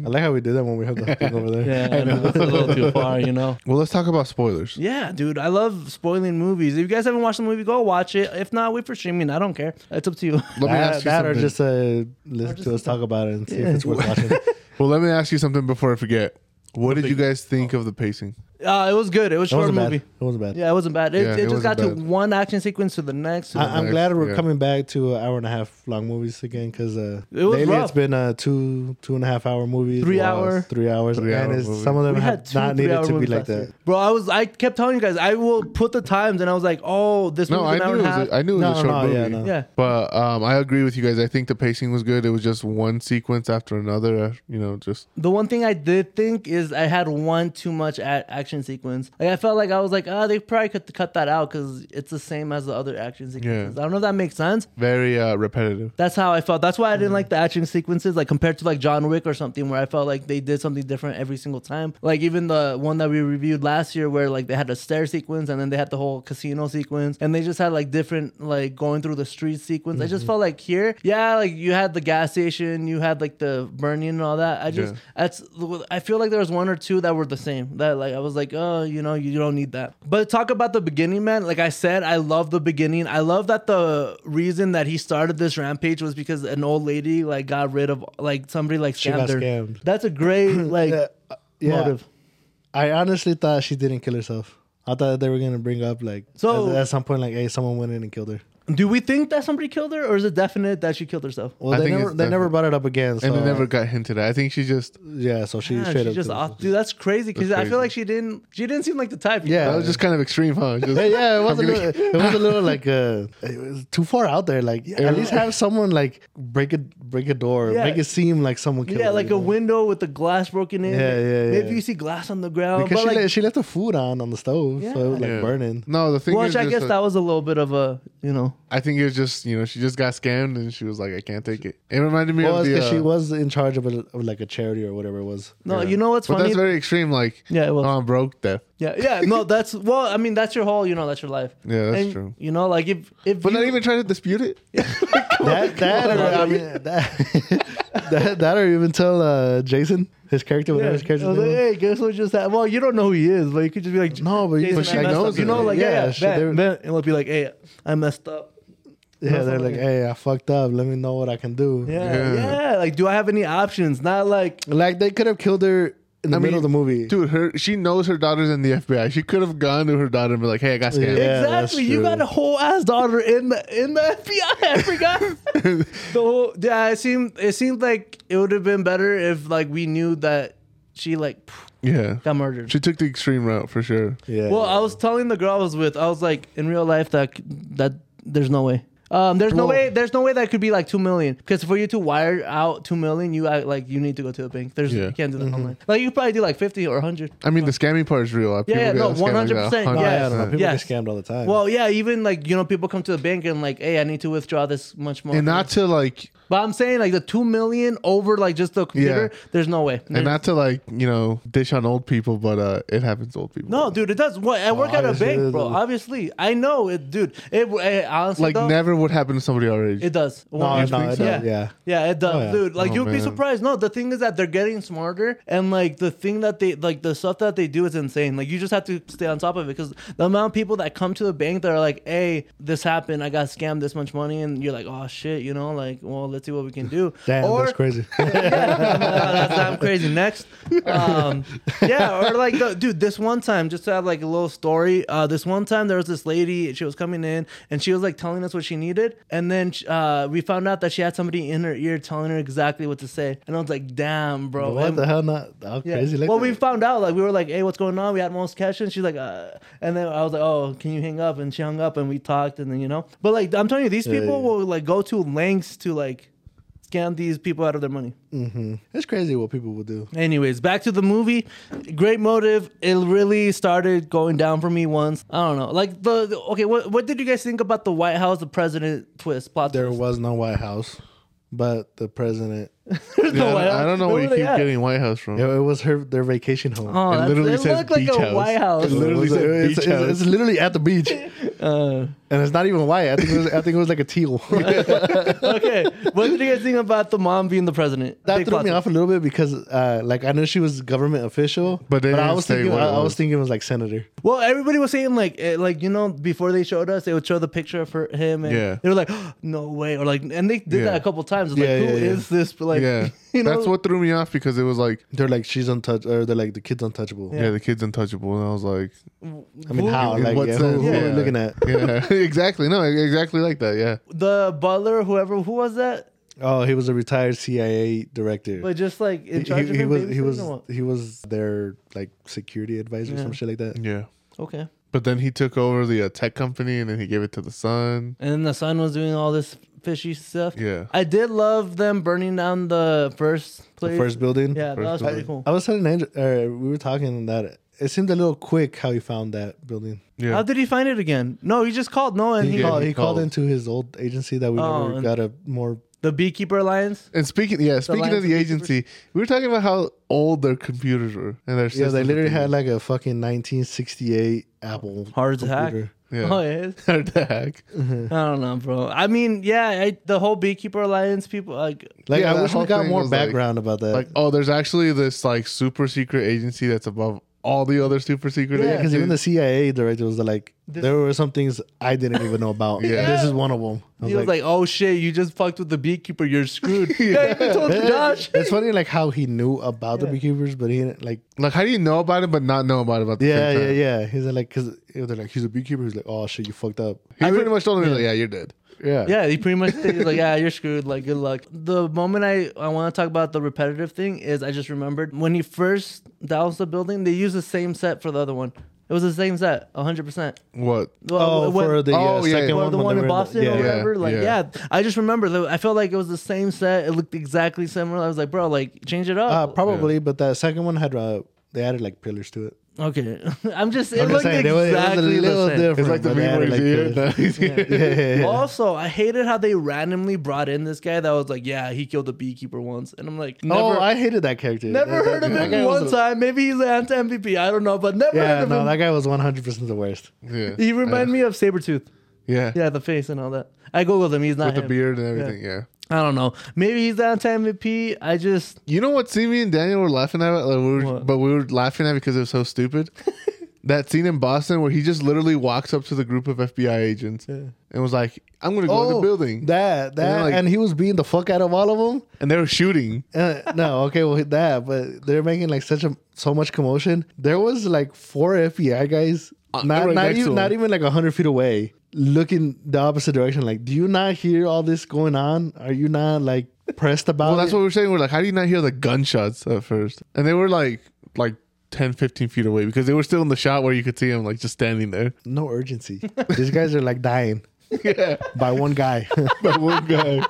[SPEAKER 3] I like how we did that when we have the thing over there.
[SPEAKER 2] Yeah, I know. that's a little too far, you know.
[SPEAKER 1] Well, let's talk about spoilers.
[SPEAKER 2] Yeah, dude, I love spoiling movies. If you guys haven't watched the movie, go watch it. If not, wait for streaming. I don't care. It's up to you.
[SPEAKER 1] Let me
[SPEAKER 3] that,
[SPEAKER 1] ask you
[SPEAKER 3] that or
[SPEAKER 1] something.
[SPEAKER 3] just uh, listen
[SPEAKER 2] just
[SPEAKER 3] to us talk about it and see if it's worth watching. That
[SPEAKER 1] well, let me ask you something before I forget. What did you guys think of the pacing?
[SPEAKER 2] Uh, it was good. It was a short
[SPEAKER 3] wasn't bad.
[SPEAKER 2] movie.
[SPEAKER 3] It wasn't bad.
[SPEAKER 2] Yeah, it wasn't bad. It,
[SPEAKER 1] Yeah,
[SPEAKER 2] it
[SPEAKER 1] it
[SPEAKER 2] just got
[SPEAKER 1] wasn't
[SPEAKER 2] to
[SPEAKER 1] bad.
[SPEAKER 2] one action sequence to the next. to the
[SPEAKER 3] I, I'm
[SPEAKER 1] Nice,
[SPEAKER 3] glad we're
[SPEAKER 1] yeah.
[SPEAKER 3] coming back to an hour and a half long movies again because uh,
[SPEAKER 2] It was
[SPEAKER 3] lately
[SPEAKER 2] rough.
[SPEAKER 3] it's been uh, two two and a half hour movies,
[SPEAKER 2] Three
[SPEAKER 3] Wow,
[SPEAKER 2] hour.
[SPEAKER 3] three hours,
[SPEAKER 1] Three
[SPEAKER 3] and
[SPEAKER 1] hour
[SPEAKER 3] it's,
[SPEAKER 1] movie.
[SPEAKER 3] some of them
[SPEAKER 2] We
[SPEAKER 3] have
[SPEAKER 2] two,
[SPEAKER 3] not needed
[SPEAKER 2] three-hour
[SPEAKER 3] to be
[SPEAKER 2] movies
[SPEAKER 3] like
[SPEAKER 2] last
[SPEAKER 3] that.
[SPEAKER 2] year. Bro, I was I kept telling you guys I will put the times, and I was like, oh, this
[SPEAKER 1] No, I
[SPEAKER 2] movie's an
[SPEAKER 1] knew
[SPEAKER 2] hour
[SPEAKER 1] it
[SPEAKER 2] and a
[SPEAKER 1] was
[SPEAKER 2] half.
[SPEAKER 1] a, I knew it was a
[SPEAKER 3] No,
[SPEAKER 1] short
[SPEAKER 3] no,
[SPEAKER 1] movie.
[SPEAKER 3] yeah, no.
[SPEAKER 2] yeah,
[SPEAKER 1] But um, I agree with you guys. I think the pacing was good. It was just one sequence after another. uh, You know, just
[SPEAKER 2] the one thing I did think is I had one too much a- action sequence. Like I felt like I was like, oh, they probably could cut that out because it's the same as the other action sequences. I don't know if that makes sense.
[SPEAKER 1] very uh, repetitive.
[SPEAKER 2] That's how I felt. That's why I didn't like the action sequences, like compared to like John Wick or something, where I felt like they did something different every single time. Like even the one that we reviewed last year, where like they had a stair sequence and then they had the whole casino sequence, and they just had like different like going through the street sequence. I just felt like here, yeah, like you had the gas station, you had like the burning and all that. I just
[SPEAKER 1] Yeah.
[SPEAKER 2] that's I feel like there was one or two that were the same. That like I was like, oh, you know, you don't need that. But talk about the beginning, man. Like I said, I love the beginning. I love that the reason that he started this rampage was because an old lady like got rid of like somebody like
[SPEAKER 3] She
[SPEAKER 2] scammed
[SPEAKER 3] got
[SPEAKER 2] her.
[SPEAKER 3] scammed.
[SPEAKER 2] That's a great like
[SPEAKER 3] Yeah, uh, yeah.
[SPEAKER 2] motive.
[SPEAKER 3] I honestly thought she didn't kill herself. I thought they were gonna bring up like
[SPEAKER 2] So-
[SPEAKER 3] at, at some point like hey someone went in and killed her.
[SPEAKER 2] Do we think that somebody killed her, or is it definite that she killed herself?
[SPEAKER 3] Well,
[SPEAKER 1] I
[SPEAKER 3] they
[SPEAKER 1] think
[SPEAKER 3] never
[SPEAKER 1] it's
[SPEAKER 3] they
[SPEAKER 1] the-
[SPEAKER 3] never brought it up again. So, uh,
[SPEAKER 1] And it never got hinted at. I think she just
[SPEAKER 3] yeah. So she
[SPEAKER 2] Man,
[SPEAKER 3] straight
[SPEAKER 2] she
[SPEAKER 3] up
[SPEAKER 2] just
[SPEAKER 3] killed
[SPEAKER 2] off,
[SPEAKER 3] herself.
[SPEAKER 2] dude. That's crazy because
[SPEAKER 1] That's
[SPEAKER 2] I feel
[SPEAKER 1] crazy.
[SPEAKER 2] like she didn't. She didn't seem like the type.
[SPEAKER 3] Yeah.
[SPEAKER 1] that was just kind of extreme, huh? Just,
[SPEAKER 3] Yeah, yeah, it was a
[SPEAKER 1] I'm gonna-
[SPEAKER 3] little, it was a little like uh, it was too far out there. Like yeah, at least have someone like break it, break a door,
[SPEAKER 2] Yeah.
[SPEAKER 3] make it seem like someone killed.
[SPEAKER 2] Yeah,
[SPEAKER 3] her,
[SPEAKER 2] like
[SPEAKER 3] you
[SPEAKER 2] a
[SPEAKER 3] know?
[SPEAKER 2] window with the glass broken in.
[SPEAKER 3] Yeah, yeah,
[SPEAKER 2] Maybe
[SPEAKER 3] yeah.
[SPEAKER 2] you see glass on the ground.
[SPEAKER 3] Because
[SPEAKER 2] but
[SPEAKER 3] she,
[SPEAKER 2] like,
[SPEAKER 3] le- she left the food on on the stove, so it was like
[SPEAKER 1] Yeah.
[SPEAKER 3] burning.
[SPEAKER 1] No, the thing
[SPEAKER 2] Well,
[SPEAKER 1] is,
[SPEAKER 2] I
[SPEAKER 1] just
[SPEAKER 2] guess
[SPEAKER 1] that-
[SPEAKER 2] that was a little bit of a, you know.
[SPEAKER 1] I think it was just you know she just got scammed and she was like, I can't take it. It reminded me
[SPEAKER 3] Well,
[SPEAKER 1] of
[SPEAKER 3] it's
[SPEAKER 1] the.
[SPEAKER 3] 'cause she
[SPEAKER 1] uh,
[SPEAKER 3] was in charge of, a, of like a charity or whatever it was.
[SPEAKER 2] No,
[SPEAKER 1] Yeah.
[SPEAKER 2] you know what's
[SPEAKER 1] but
[SPEAKER 2] funny?
[SPEAKER 1] that's very extreme. Like,
[SPEAKER 2] Yeah, it was.
[SPEAKER 1] oh, I'm broke. Death.
[SPEAKER 2] yeah, yeah. No, that's well. I mean, that's your whole. You know, that's your life.
[SPEAKER 1] Yeah, that's
[SPEAKER 2] And,
[SPEAKER 1] true.
[SPEAKER 2] You know, like if if
[SPEAKER 1] But
[SPEAKER 2] you,
[SPEAKER 1] not even trying to dispute it.
[SPEAKER 3] that that or, I mean that, that that or even tell uh, Jason his character
[SPEAKER 2] yeah,
[SPEAKER 3] whatever his
[SPEAKER 2] I
[SPEAKER 3] character.
[SPEAKER 2] was like, hey, guess what just happened? Well, you don't know who he is, but you could just be like,
[SPEAKER 3] no, but,
[SPEAKER 2] Jason,
[SPEAKER 3] you
[SPEAKER 1] But
[SPEAKER 2] I
[SPEAKER 1] she
[SPEAKER 2] messed
[SPEAKER 1] knows
[SPEAKER 2] up. You
[SPEAKER 1] it.
[SPEAKER 2] know, like yeah, yeah,
[SPEAKER 3] she- they're-
[SPEAKER 2] ben, ben, and it'll be like, hey, I messed up.
[SPEAKER 3] yeah, they're like, hey, I fucked up. Let me know what I can do.
[SPEAKER 2] Yeah, yeah,
[SPEAKER 1] Yeah.
[SPEAKER 2] Like, do I have any options? Not like
[SPEAKER 3] Like they could have killed her in the
[SPEAKER 1] I mean,
[SPEAKER 3] middle of the movie.
[SPEAKER 1] Dude, her she knows her daughter's in the FBI. She could have gone to her daughter and be like, "Hey, I got scammed."
[SPEAKER 3] Yeah, that's
[SPEAKER 2] exactly. You got
[SPEAKER 3] true.
[SPEAKER 2] a whole ass daughter in the in the FBI. I forgot. the whole yeah. It seemed it seemed like it would have been better if like we knew that she like
[SPEAKER 1] Yeah.
[SPEAKER 2] got murdered.
[SPEAKER 1] She took the extreme route for sure.
[SPEAKER 3] Yeah.
[SPEAKER 2] well, I was telling the girl I was with, I was like, in real life, that that there's no way. Um, there's no
[SPEAKER 3] Bro.
[SPEAKER 2] way. There's no way that could be like two million. Because for you to wire out two million, you act like you need to go to the bank. There's
[SPEAKER 1] Yeah.
[SPEAKER 2] you can't do that online. Like you could probably do like fifty or hundred.
[SPEAKER 1] I mean, the scamming part is real. People
[SPEAKER 2] yeah,
[SPEAKER 1] get
[SPEAKER 2] no,
[SPEAKER 1] scammed like that
[SPEAKER 2] 100%,
[SPEAKER 3] No, yeah, I
[SPEAKER 2] yes.
[SPEAKER 3] don't know. People
[SPEAKER 2] Yes.
[SPEAKER 3] get scammed all the time.
[SPEAKER 2] Well, yeah, even like you know, people come to the bank and like, hey, I need to withdraw this much more.
[SPEAKER 1] And not to like
[SPEAKER 2] But I'm saying like the two million over like just the computer.
[SPEAKER 1] Yeah.
[SPEAKER 2] There's no way.
[SPEAKER 1] And not to like you know dish on old people, but uh, it happens to old people.
[SPEAKER 2] no, dude, it does. What I work at a
[SPEAKER 3] obviously, it
[SPEAKER 2] bank, bro.
[SPEAKER 3] doesn't.
[SPEAKER 2] Obviously, I know it, dude. It, it honestly
[SPEAKER 1] like
[SPEAKER 2] though,
[SPEAKER 1] never would happen to somebody our age.
[SPEAKER 2] It does.
[SPEAKER 3] No,
[SPEAKER 1] You
[SPEAKER 3] no,
[SPEAKER 1] think
[SPEAKER 3] it
[SPEAKER 1] so?
[SPEAKER 3] does, yeah.
[SPEAKER 2] Yeah, it does,
[SPEAKER 3] Oh, yeah.
[SPEAKER 2] dude. Like
[SPEAKER 1] Oh,
[SPEAKER 2] you'd be
[SPEAKER 1] man.
[SPEAKER 2] surprised. No, the thing is that they're getting smarter, and like the thing that they like the stuff that they do is insane. Like you just have to stay on top of it because the amount of people that come to the bank that are like, "Hey, this happened. I got scammed this much money," and you're like, "Oh shit," you know, like, well, let's see what we can do.
[SPEAKER 3] Damn,
[SPEAKER 2] or,
[SPEAKER 3] that's crazy.
[SPEAKER 2] Uh, that's I'm crazy. Next, um, yeah, or like, the, dude, this one time, just to have like a little story. Uh, this one time, there was this lady. She was coming in, and she was like telling us what she needed, and then uh, we found out that she had somebody in her ear telling her exactly what to say. And I was like, damn, bro.
[SPEAKER 3] what
[SPEAKER 2] And-
[SPEAKER 3] the hell? Not how
[SPEAKER 2] yeah.
[SPEAKER 3] crazy. Like
[SPEAKER 2] well,
[SPEAKER 3] that?
[SPEAKER 2] we found out like we were like, "Hey, what's going on?" We had most cash, and she's like, uh, and then I was like, "Oh, can you hang up?" And she hung up, and we talked, and then you know. But like, I'm telling you, these
[SPEAKER 3] Yeah,
[SPEAKER 2] people
[SPEAKER 3] yeah.
[SPEAKER 2] will like go to lengths to like scam these people out of their money.
[SPEAKER 3] it's crazy what people will do.
[SPEAKER 2] Anyways, back to the movie. Great motive. It really started going down for me once. I don't know. Like the, the- okay, what what did you guys think about the White House the president twist plot?
[SPEAKER 3] There
[SPEAKER 2] twist?
[SPEAKER 3] was no White House, but the president.
[SPEAKER 2] There's
[SPEAKER 1] Yeah, I,
[SPEAKER 2] White
[SPEAKER 1] don't,
[SPEAKER 2] House.
[SPEAKER 1] I don't know
[SPEAKER 2] Where
[SPEAKER 1] where you
[SPEAKER 2] were they
[SPEAKER 1] keep
[SPEAKER 2] at?
[SPEAKER 1] getting White House from.
[SPEAKER 3] It, it was her their vacation home.
[SPEAKER 2] Oh,
[SPEAKER 1] It
[SPEAKER 2] that's-
[SPEAKER 1] literally
[SPEAKER 2] it
[SPEAKER 1] says
[SPEAKER 2] looked like
[SPEAKER 1] beach
[SPEAKER 2] a
[SPEAKER 1] house.
[SPEAKER 2] White House.
[SPEAKER 1] It literally
[SPEAKER 3] It was-
[SPEAKER 1] said
[SPEAKER 3] it's-
[SPEAKER 1] beach
[SPEAKER 3] it's-
[SPEAKER 1] house.
[SPEAKER 3] it's literally at the beach,
[SPEAKER 2] Uh,
[SPEAKER 3] and it's not even white. I think it was, I think it was like a teal.
[SPEAKER 2] okay, what did you guys think about the mom being the president?
[SPEAKER 3] that
[SPEAKER 2] Big
[SPEAKER 3] threw
[SPEAKER 2] plot
[SPEAKER 3] me
[SPEAKER 2] twist.
[SPEAKER 3] off a little bit because uh, like I knew she was government official,
[SPEAKER 1] But they
[SPEAKER 3] I
[SPEAKER 1] didn't
[SPEAKER 3] was
[SPEAKER 1] say
[SPEAKER 3] thinking
[SPEAKER 1] what
[SPEAKER 3] I,
[SPEAKER 1] it
[SPEAKER 3] I was
[SPEAKER 1] was.
[SPEAKER 3] thinking it was like senator.
[SPEAKER 2] Well, everybody was saying like, eh, like you know, before they showed us, they would show the picture of her, him, and
[SPEAKER 1] Yeah.
[SPEAKER 2] they were like, "No way!" Or like, and they did
[SPEAKER 1] Yeah.
[SPEAKER 2] that a couple times. Like, who
[SPEAKER 3] Yeah,
[SPEAKER 2] is
[SPEAKER 3] yeah, yeah.
[SPEAKER 2] this? Like,
[SPEAKER 1] yeah,
[SPEAKER 2] you know,
[SPEAKER 1] that's what threw me off because it was like,
[SPEAKER 3] They're like she's untouchable, or they're like the kid's untouchable.
[SPEAKER 1] yeah, the kid's untouchable, and I was like,
[SPEAKER 3] I mean,
[SPEAKER 2] Who-
[SPEAKER 3] how?
[SPEAKER 1] in
[SPEAKER 3] Like,
[SPEAKER 1] what
[SPEAKER 3] yeah, who,
[SPEAKER 1] sense?
[SPEAKER 3] who are we
[SPEAKER 1] Yeah.
[SPEAKER 3] looking at?
[SPEAKER 1] yeah, exactly, no, exactly like that, yeah.
[SPEAKER 2] the butler, whoever, who was that?
[SPEAKER 3] Oh, he was a retired CIA director.
[SPEAKER 2] But just like in
[SPEAKER 3] he,
[SPEAKER 2] charge
[SPEAKER 3] he-
[SPEAKER 2] of
[SPEAKER 3] he
[SPEAKER 2] him
[SPEAKER 3] was he
[SPEAKER 2] babysitting
[SPEAKER 3] was
[SPEAKER 2] or what?
[SPEAKER 3] he was their like security advisor,
[SPEAKER 2] Yeah. Mm.
[SPEAKER 3] some shit like that.
[SPEAKER 1] Yeah.
[SPEAKER 2] okay.
[SPEAKER 1] But then he took over the uh, tech company and then he gave it to the son.
[SPEAKER 2] And then the son was doing all this fishy stuff.
[SPEAKER 1] Yeah.
[SPEAKER 2] I did love them burning down the first place.
[SPEAKER 3] The first building.
[SPEAKER 2] yeah, that
[SPEAKER 1] first
[SPEAKER 2] was
[SPEAKER 1] building.
[SPEAKER 2] pretty cool.
[SPEAKER 3] I was telling Andrew, uh, we were talking that it seemed a little quick how he found that building.
[SPEAKER 1] Yeah.
[SPEAKER 2] How did he find it again? No, he just called No, and
[SPEAKER 3] He,
[SPEAKER 2] he,
[SPEAKER 1] Yeah,
[SPEAKER 3] called,
[SPEAKER 1] he
[SPEAKER 3] he, called
[SPEAKER 1] called.
[SPEAKER 3] into his old agency that we
[SPEAKER 2] Oh,
[SPEAKER 3] never
[SPEAKER 2] and-
[SPEAKER 3] got a more.
[SPEAKER 2] the Beekeeper Alliance.
[SPEAKER 1] and speaking, yeah, speaking
[SPEAKER 2] Lions
[SPEAKER 1] of the
[SPEAKER 2] and Beekeepers.
[SPEAKER 1] agency, we were talking about how old their computers were and their
[SPEAKER 3] Yeah,
[SPEAKER 1] systems
[SPEAKER 3] they literally
[SPEAKER 1] were.
[SPEAKER 3] had like a fucking 1968 Apple.
[SPEAKER 2] Hard to hack.
[SPEAKER 3] computer.
[SPEAKER 1] yeah.
[SPEAKER 2] Oh, yeah.
[SPEAKER 1] Hard to hack.
[SPEAKER 2] I don't know, bro. I mean, yeah, I, the whole Beekeeper Alliance people, like,
[SPEAKER 3] Like
[SPEAKER 1] Yeah,
[SPEAKER 3] I
[SPEAKER 1] that
[SPEAKER 3] wish we
[SPEAKER 1] whole
[SPEAKER 3] got
[SPEAKER 1] thing
[SPEAKER 3] more
[SPEAKER 1] was, like-
[SPEAKER 3] background about that.
[SPEAKER 1] Like, oh, there's actually this like super secret agency that's above all the other super secret
[SPEAKER 3] yeah, because
[SPEAKER 1] agencies.
[SPEAKER 3] even the CIA director was like,
[SPEAKER 2] This-
[SPEAKER 3] there were some things I didn't even know about.
[SPEAKER 1] Yeah.
[SPEAKER 3] this is one of them. I was
[SPEAKER 2] he was like, oh shit, you just fucked with the Beekeeper, you're screwed. yeah, you told Josh.
[SPEAKER 3] It's funny like how he knew about
[SPEAKER 2] Yeah.
[SPEAKER 3] the beekeepers, but he didn't like.
[SPEAKER 1] like, how do you know about it but not know about it about the
[SPEAKER 3] Yeah,
[SPEAKER 1] same
[SPEAKER 3] yeah,
[SPEAKER 1] time?
[SPEAKER 3] yeah. He's like, because they're like, he's a beekeeper. He's like, oh shit, you fucked up.
[SPEAKER 1] He pretty much told me, like, yeah, you're dead.
[SPEAKER 3] Yeah,
[SPEAKER 2] Yeah, he pretty much said, like, yeah, you're screwed. Like, good luck. The moment I, I want to talk about the repetitive thing is I just remembered when he first doused the building, they used the same set for the other one. It was the same set, 100%.
[SPEAKER 1] What?
[SPEAKER 2] Well,
[SPEAKER 3] Oh,
[SPEAKER 2] when-
[SPEAKER 3] for the uh,
[SPEAKER 1] Oh, yeah,
[SPEAKER 3] second
[SPEAKER 1] yeah.
[SPEAKER 2] well,
[SPEAKER 3] one,
[SPEAKER 2] the
[SPEAKER 3] when
[SPEAKER 2] one
[SPEAKER 3] they
[SPEAKER 2] in
[SPEAKER 3] were
[SPEAKER 2] Boston
[SPEAKER 3] yeah.
[SPEAKER 2] or
[SPEAKER 1] yeah,
[SPEAKER 2] whatever. Like, yeah.
[SPEAKER 1] yeah.
[SPEAKER 2] I just remember. The, I felt like it was the same set. It looked exactly similar. I was like, bro, like change it
[SPEAKER 3] Uh,
[SPEAKER 2] up.
[SPEAKER 3] probably, but that second one had uh, they added like pillars to it.
[SPEAKER 2] okay, I'm just. It
[SPEAKER 3] I'm
[SPEAKER 2] looked
[SPEAKER 3] just saying, it was- it was a
[SPEAKER 2] exactly
[SPEAKER 3] little
[SPEAKER 2] the same.
[SPEAKER 3] different.
[SPEAKER 1] It's like the
[SPEAKER 3] But they
[SPEAKER 1] meme where
[SPEAKER 3] added, like,
[SPEAKER 1] he's here.
[SPEAKER 2] Yeah.
[SPEAKER 3] Yeah, yeah, yeah.
[SPEAKER 2] Also, I hated how they randomly brought in this guy that was like, "Yeah, he killed a beekeeper once," and I'm like, "Never,
[SPEAKER 3] oh, I hated that character.
[SPEAKER 2] never
[SPEAKER 3] That-
[SPEAKER 2] heard
[SPEAKER 3] that-
[SPEAKER 2] of
[SPEAKER 3] that guy
[SPEAKER 2] him
[SPEAKER 3] was
[SPEAKER 2] one
[SPEAKER 3] the-
[SPEAKER 2] time. Maybe he's an anti MVP. I don't know, but never heard
[SPEAKER 3] Yeah,
[SPEAKER 2] of
[SPEAKER 3] no,
[SPEAKER 2] him.
[SPEAKER 3] that guy was 100 percent the worst.
[SPEAKER 1] yeah.
[SPEAKER 2] he reminded me of Sabretooth.
[SPEAKER 1] Yeah.
[SPEAKER 2] Yeah, the face and all that. I googled him. He's not
[SPEAKER 1] With the
[SPEAKER 2] him.
[SPEAKER 1] beard and everything, yeah.
[SPEAKER 2] I don't know. Maybe he's the anti MVP. I just
[SPEAKER 1] You know what scene me and Daniel were laughing at, like, we were,
[SPEAKER 2] What?
[SPEAKER 1] but we were laughing at it because it was so stupid. that scene in Boston where he just literally walks up to the group of FBI agents and was like, "I'm gonna go in the building,"
[SPEAKER 3] Oh, That that,
[SPEAKER 1] then,
[SPEAKER 3] and,
[SPEAKER 1] like-
[SPEAKER 3] he was beating the fuck out of all of them.
[SPEAKER 1] and they were shooting.
[SPEAKER 3] Uh, no, okay, well that, but they're making like such a so much commotion. There was like four FBI guys,
[SPEAKER 1] Uh,
[SPEAKER 3] not
[SPEAKER 1] right
[SPEAKER 3] not
[SPEAKER 1] next to
[SPEAKER 3] even
[SPEAKER 1] him.
[SPEAKER 3] not even like hundred feet away, looking the opposite direction. Like, do you not hear all this going on? Are you not like pressed about?
[SPEAKER 1] Well, that's
[SPEAKER 3] it?
[SPEAKER 1] what we were saying. We're like, "How do you not hear the gunshots at first? And they were like, like 10, 15 feet away because they were still in the shot where you could see him like just standing there.
[SPEAKER 3] no urgency. These guys are like dying
[SPEAKER 1] yeah,
[SPEAKER 3] by one guy.
[SPEAKER 1] but one guy.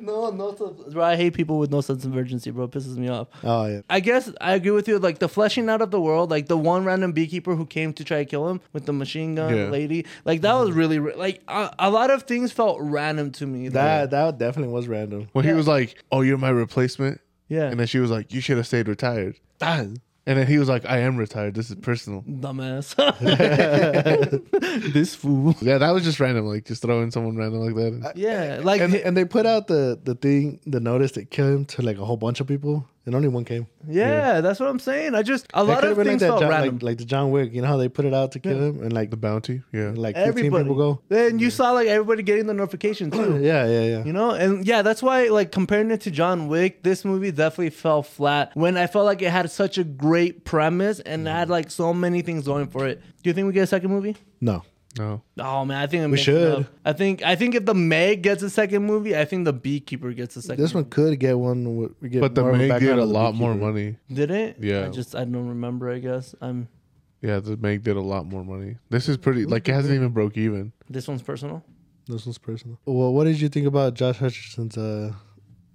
[SPEAKER 2] no, no. sense- Bro, I hate people with no sense of urgency, bro. It pisses me off.
[SPEAKER 3] Oh yeah.
[SPEAKER 2] I guess I agree with you. Like the fleshing out of the world, like the one random beekeeper who came to try to kill him with the machine gun
[SPEAKER 1] Yeah.
[SPEAKER 2] lady, like that was really ra- like a, a lot of things felt random to me.
[SPEAKER 3] That that definitely was random.
[SPEAKER 1] When
[SPEAKER 2] Yeah.
[SPEAKER 1] he was like, "Oh, you're my replacement,"
[SPEAKER 2] yeah,
[SPEAKER 1] and then she was like, "You should have stayed retired." Ah. And then he was like, "I am retired. This is personal."
[SPEAKER 2] dumbass. this fool.
[SPEAKER 1] Yeah, that was just random. Like just throw in someone random like that.
[SPEAKER 2] Yeah, like
[SPEAKER 3] And and they put out the the thing, the notice that killed him to like a whole bunch of people, and only one came.
[SPEAKER 2] yeah, that's what I'm saying. I just a
[SPEAKER 3] That
[SPEAKER 2] lot
[SPEAKER 3] could
[SPEAKER 2] of
[SPEAKER 3] have been like
[SPEAKER 2] things
[SPEAKER 3] that,
[SPEAKER 2] felt
[SPEAKER 3] John,
[SPEAKER 2] random.
[SPEAKER 3] like, like the John Wick. You know how they put it out to kill him, and like
[SPEAKER 1] the bounty. Yeah.
[SPEAKER 3] like fifteen
[SPEAKER 2] everybody.
[SPEAKER 3] people go.
[SPEAKER 2] Then you saw like everybody getting the notification too.
[SPEAKER 3] Yeah, yeah, yeah.
[SPEAKER 2] You know, and yeah, that's why like comparing it to John Wick, this movie definitely fell flat. When I felt like it had such a great premise and
[SPEAKER 3] Mm-hmm.
[SPEAKER 2] had like so many things going for it. Do you think we get a second movie?
[SPEAKER 3] No,
[SPEAKER 1] no.
[SPEAKER 2] Oh man, I think I'm mixing
[SPEAKER 3] should.
[SPEAKER 2] up. I think I think if the Meg gets a second movie, I think the Beekeeper gets a second.
[SPEAKER 3] this one could get one. with- we Get
[SPEAKER 1] But the
[SPEAKER 3] more of
[SPEAKER 1] Meg
[SPEAKER 3] background
[SPEAKER 1] did a
[SPEAKER 3] of the
[SPEAKER 1] lot more
[SPEAKER 3] beekeeper.
[SPEAKER 1] money.
[SPEAKER 2] did it?
[SPEAKER 1] Yeah.
[SPEAKER 2] I just I don't remember. I guess I'm.
[SPEAKER 1] Yeah, the Meg did a lot more money. This is pretty. Like it hasn't even broke even.
[SPEAKER 2] This one's personal.
[SPEAKER 3] This one's personal. Well, what did you think about Josh Hutcherson's uh,